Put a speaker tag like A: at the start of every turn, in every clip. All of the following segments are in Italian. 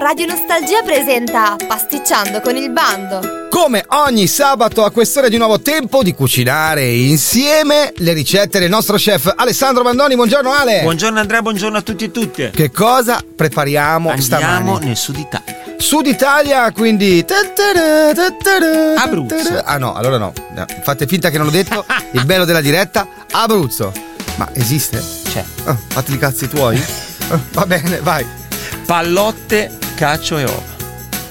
A: Radio Nostalgia presenta Pasticciando con il bando.
B: Come ogni sabato a quest'ora di nuovo tempo di cucinare insieme le ricette del nostro chef Alessandro Mandoni. Buongiorno Ale.
C: Buongiorno Andrea, buongiorno a tutti e tutte.
B: Eh. Che cosa prepariamo
C: Andiamo
B: stamani?
C: nel sud Italia.
B: Sud Italia, quindi
C: Abruzzo.
B: Ah no, allora no. No, Fate finta che non l'ho detto. Il bello della diretta Abruzzo. Ma esiste?
C: C'è
B: Ah, fatti i cazzi tuoi. Ah, Va bene, vai.
C: pallotte, cacio e uova.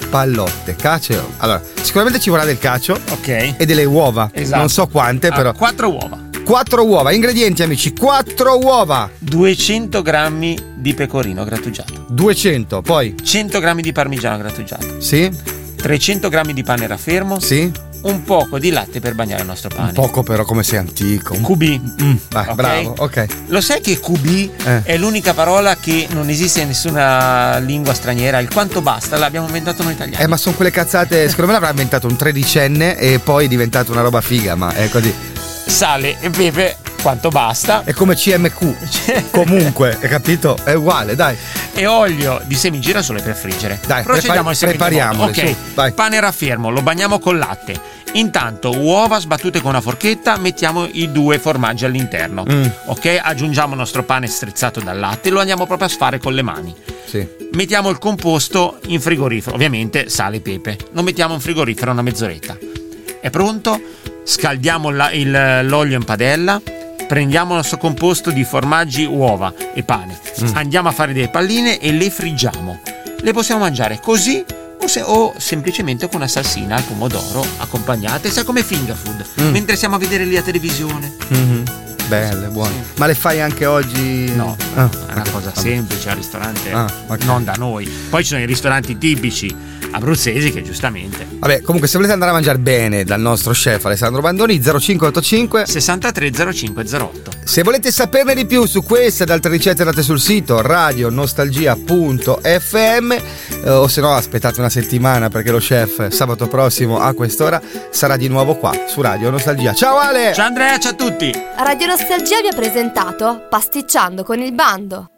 B: Pallotte, cacio. Allora, sicuramente ci vorrà del cacio
C: Ok.
B: e delle uova.
C: Esatto.
B: Non so quante, però.
C: Ah, quattro uova.
B: 4 uova, ingredienti amici, 4 uova,
C: 200 grammi di pecorino grattugiato.
B: 200, poi
C: 100 grammi di parmigiano grattugiato.
B: sì,
C: 300 grammi di pane raffermo.
B: sì,
C: Un poco di latte per bagnare il nostro pane.
B: poco però come sei antico. un-
C: Cubì.
B: Mm, vai,
C: Ok.
B: bravo, ok.
C: Lo sai che cubì
B: Eh.
C: è l'unica parola che non esiste in nessuna lingua straniera? Il quanto basta l'abbiamo inventato noi italiani.
B: Eh, ma sono quelle cazzate, secondo me l'avrà inventato un tredicenne e poi è diventata una roba figa, ma è così.
C: Sale e pepe, quanto basta. Cioè,
B: È come CMQ. Comunque, hai capito? È uguale, dai.
C: e olio di semi girasole per friggere.
B: Dai, prepari-
C: procediamo al seguente
B: prepariamole,
C: modo. Ok,
B: su, vai.
C: pane raffermo, lo bagniamo col latte. Intanto uova sbattute con una forchetta, mettiamo i due formaggi all'interno.
B: Mm.
C: Ok, aggiungiamo il nostro pane strizzato dal latte, lo andiamo proprio a sfare con le mani.
B: Sì.
C: Mettiamo il composto in frigorifero, ovviamente sale e pepe. Lo mettiamo in frigorifero una mezz'oretta. È pronto? Scaldiamo la- il- l'olio in padella, prendiamo il nostro composto di formaggi, uova e pane. Andiamo a fare delle palline e le friggiamo. Le possiamo mangiare così o, se- o semplicemente con una salsina al pomodoro accompagnate, sai come finger food,
B: Mm.
C: mentre siamo a vedere lì la televisione.
B: Mhm. Belle, buone. Ma le fai anche oggi?
C: No,
B: Ah,
C: è una
B: ok.
C: cosa semplice al ristorante,
B: Ah, ok.
C: non da noi. Poi ci sono i ristoranti tipici abruzzesi che giustamente
B: Vabbè, comunque se volete andare a mangiare bene dal nostro chef Alessandro Bandoni 0585
C: 630508.
B: Se volete saperne di più su questa ed altre ricette andate sul sito radionostalgia.fm eh, o se no aspettate una settimana perché lo chef sabato prossimo a quest'ora sarà di nuovo qua su Radio Nostalgia. Ciao Ale!
C: Ciao Andrea, ciao a tutti.
A: Radio Nostalgia vi ha presentato Pasticciando con il bando.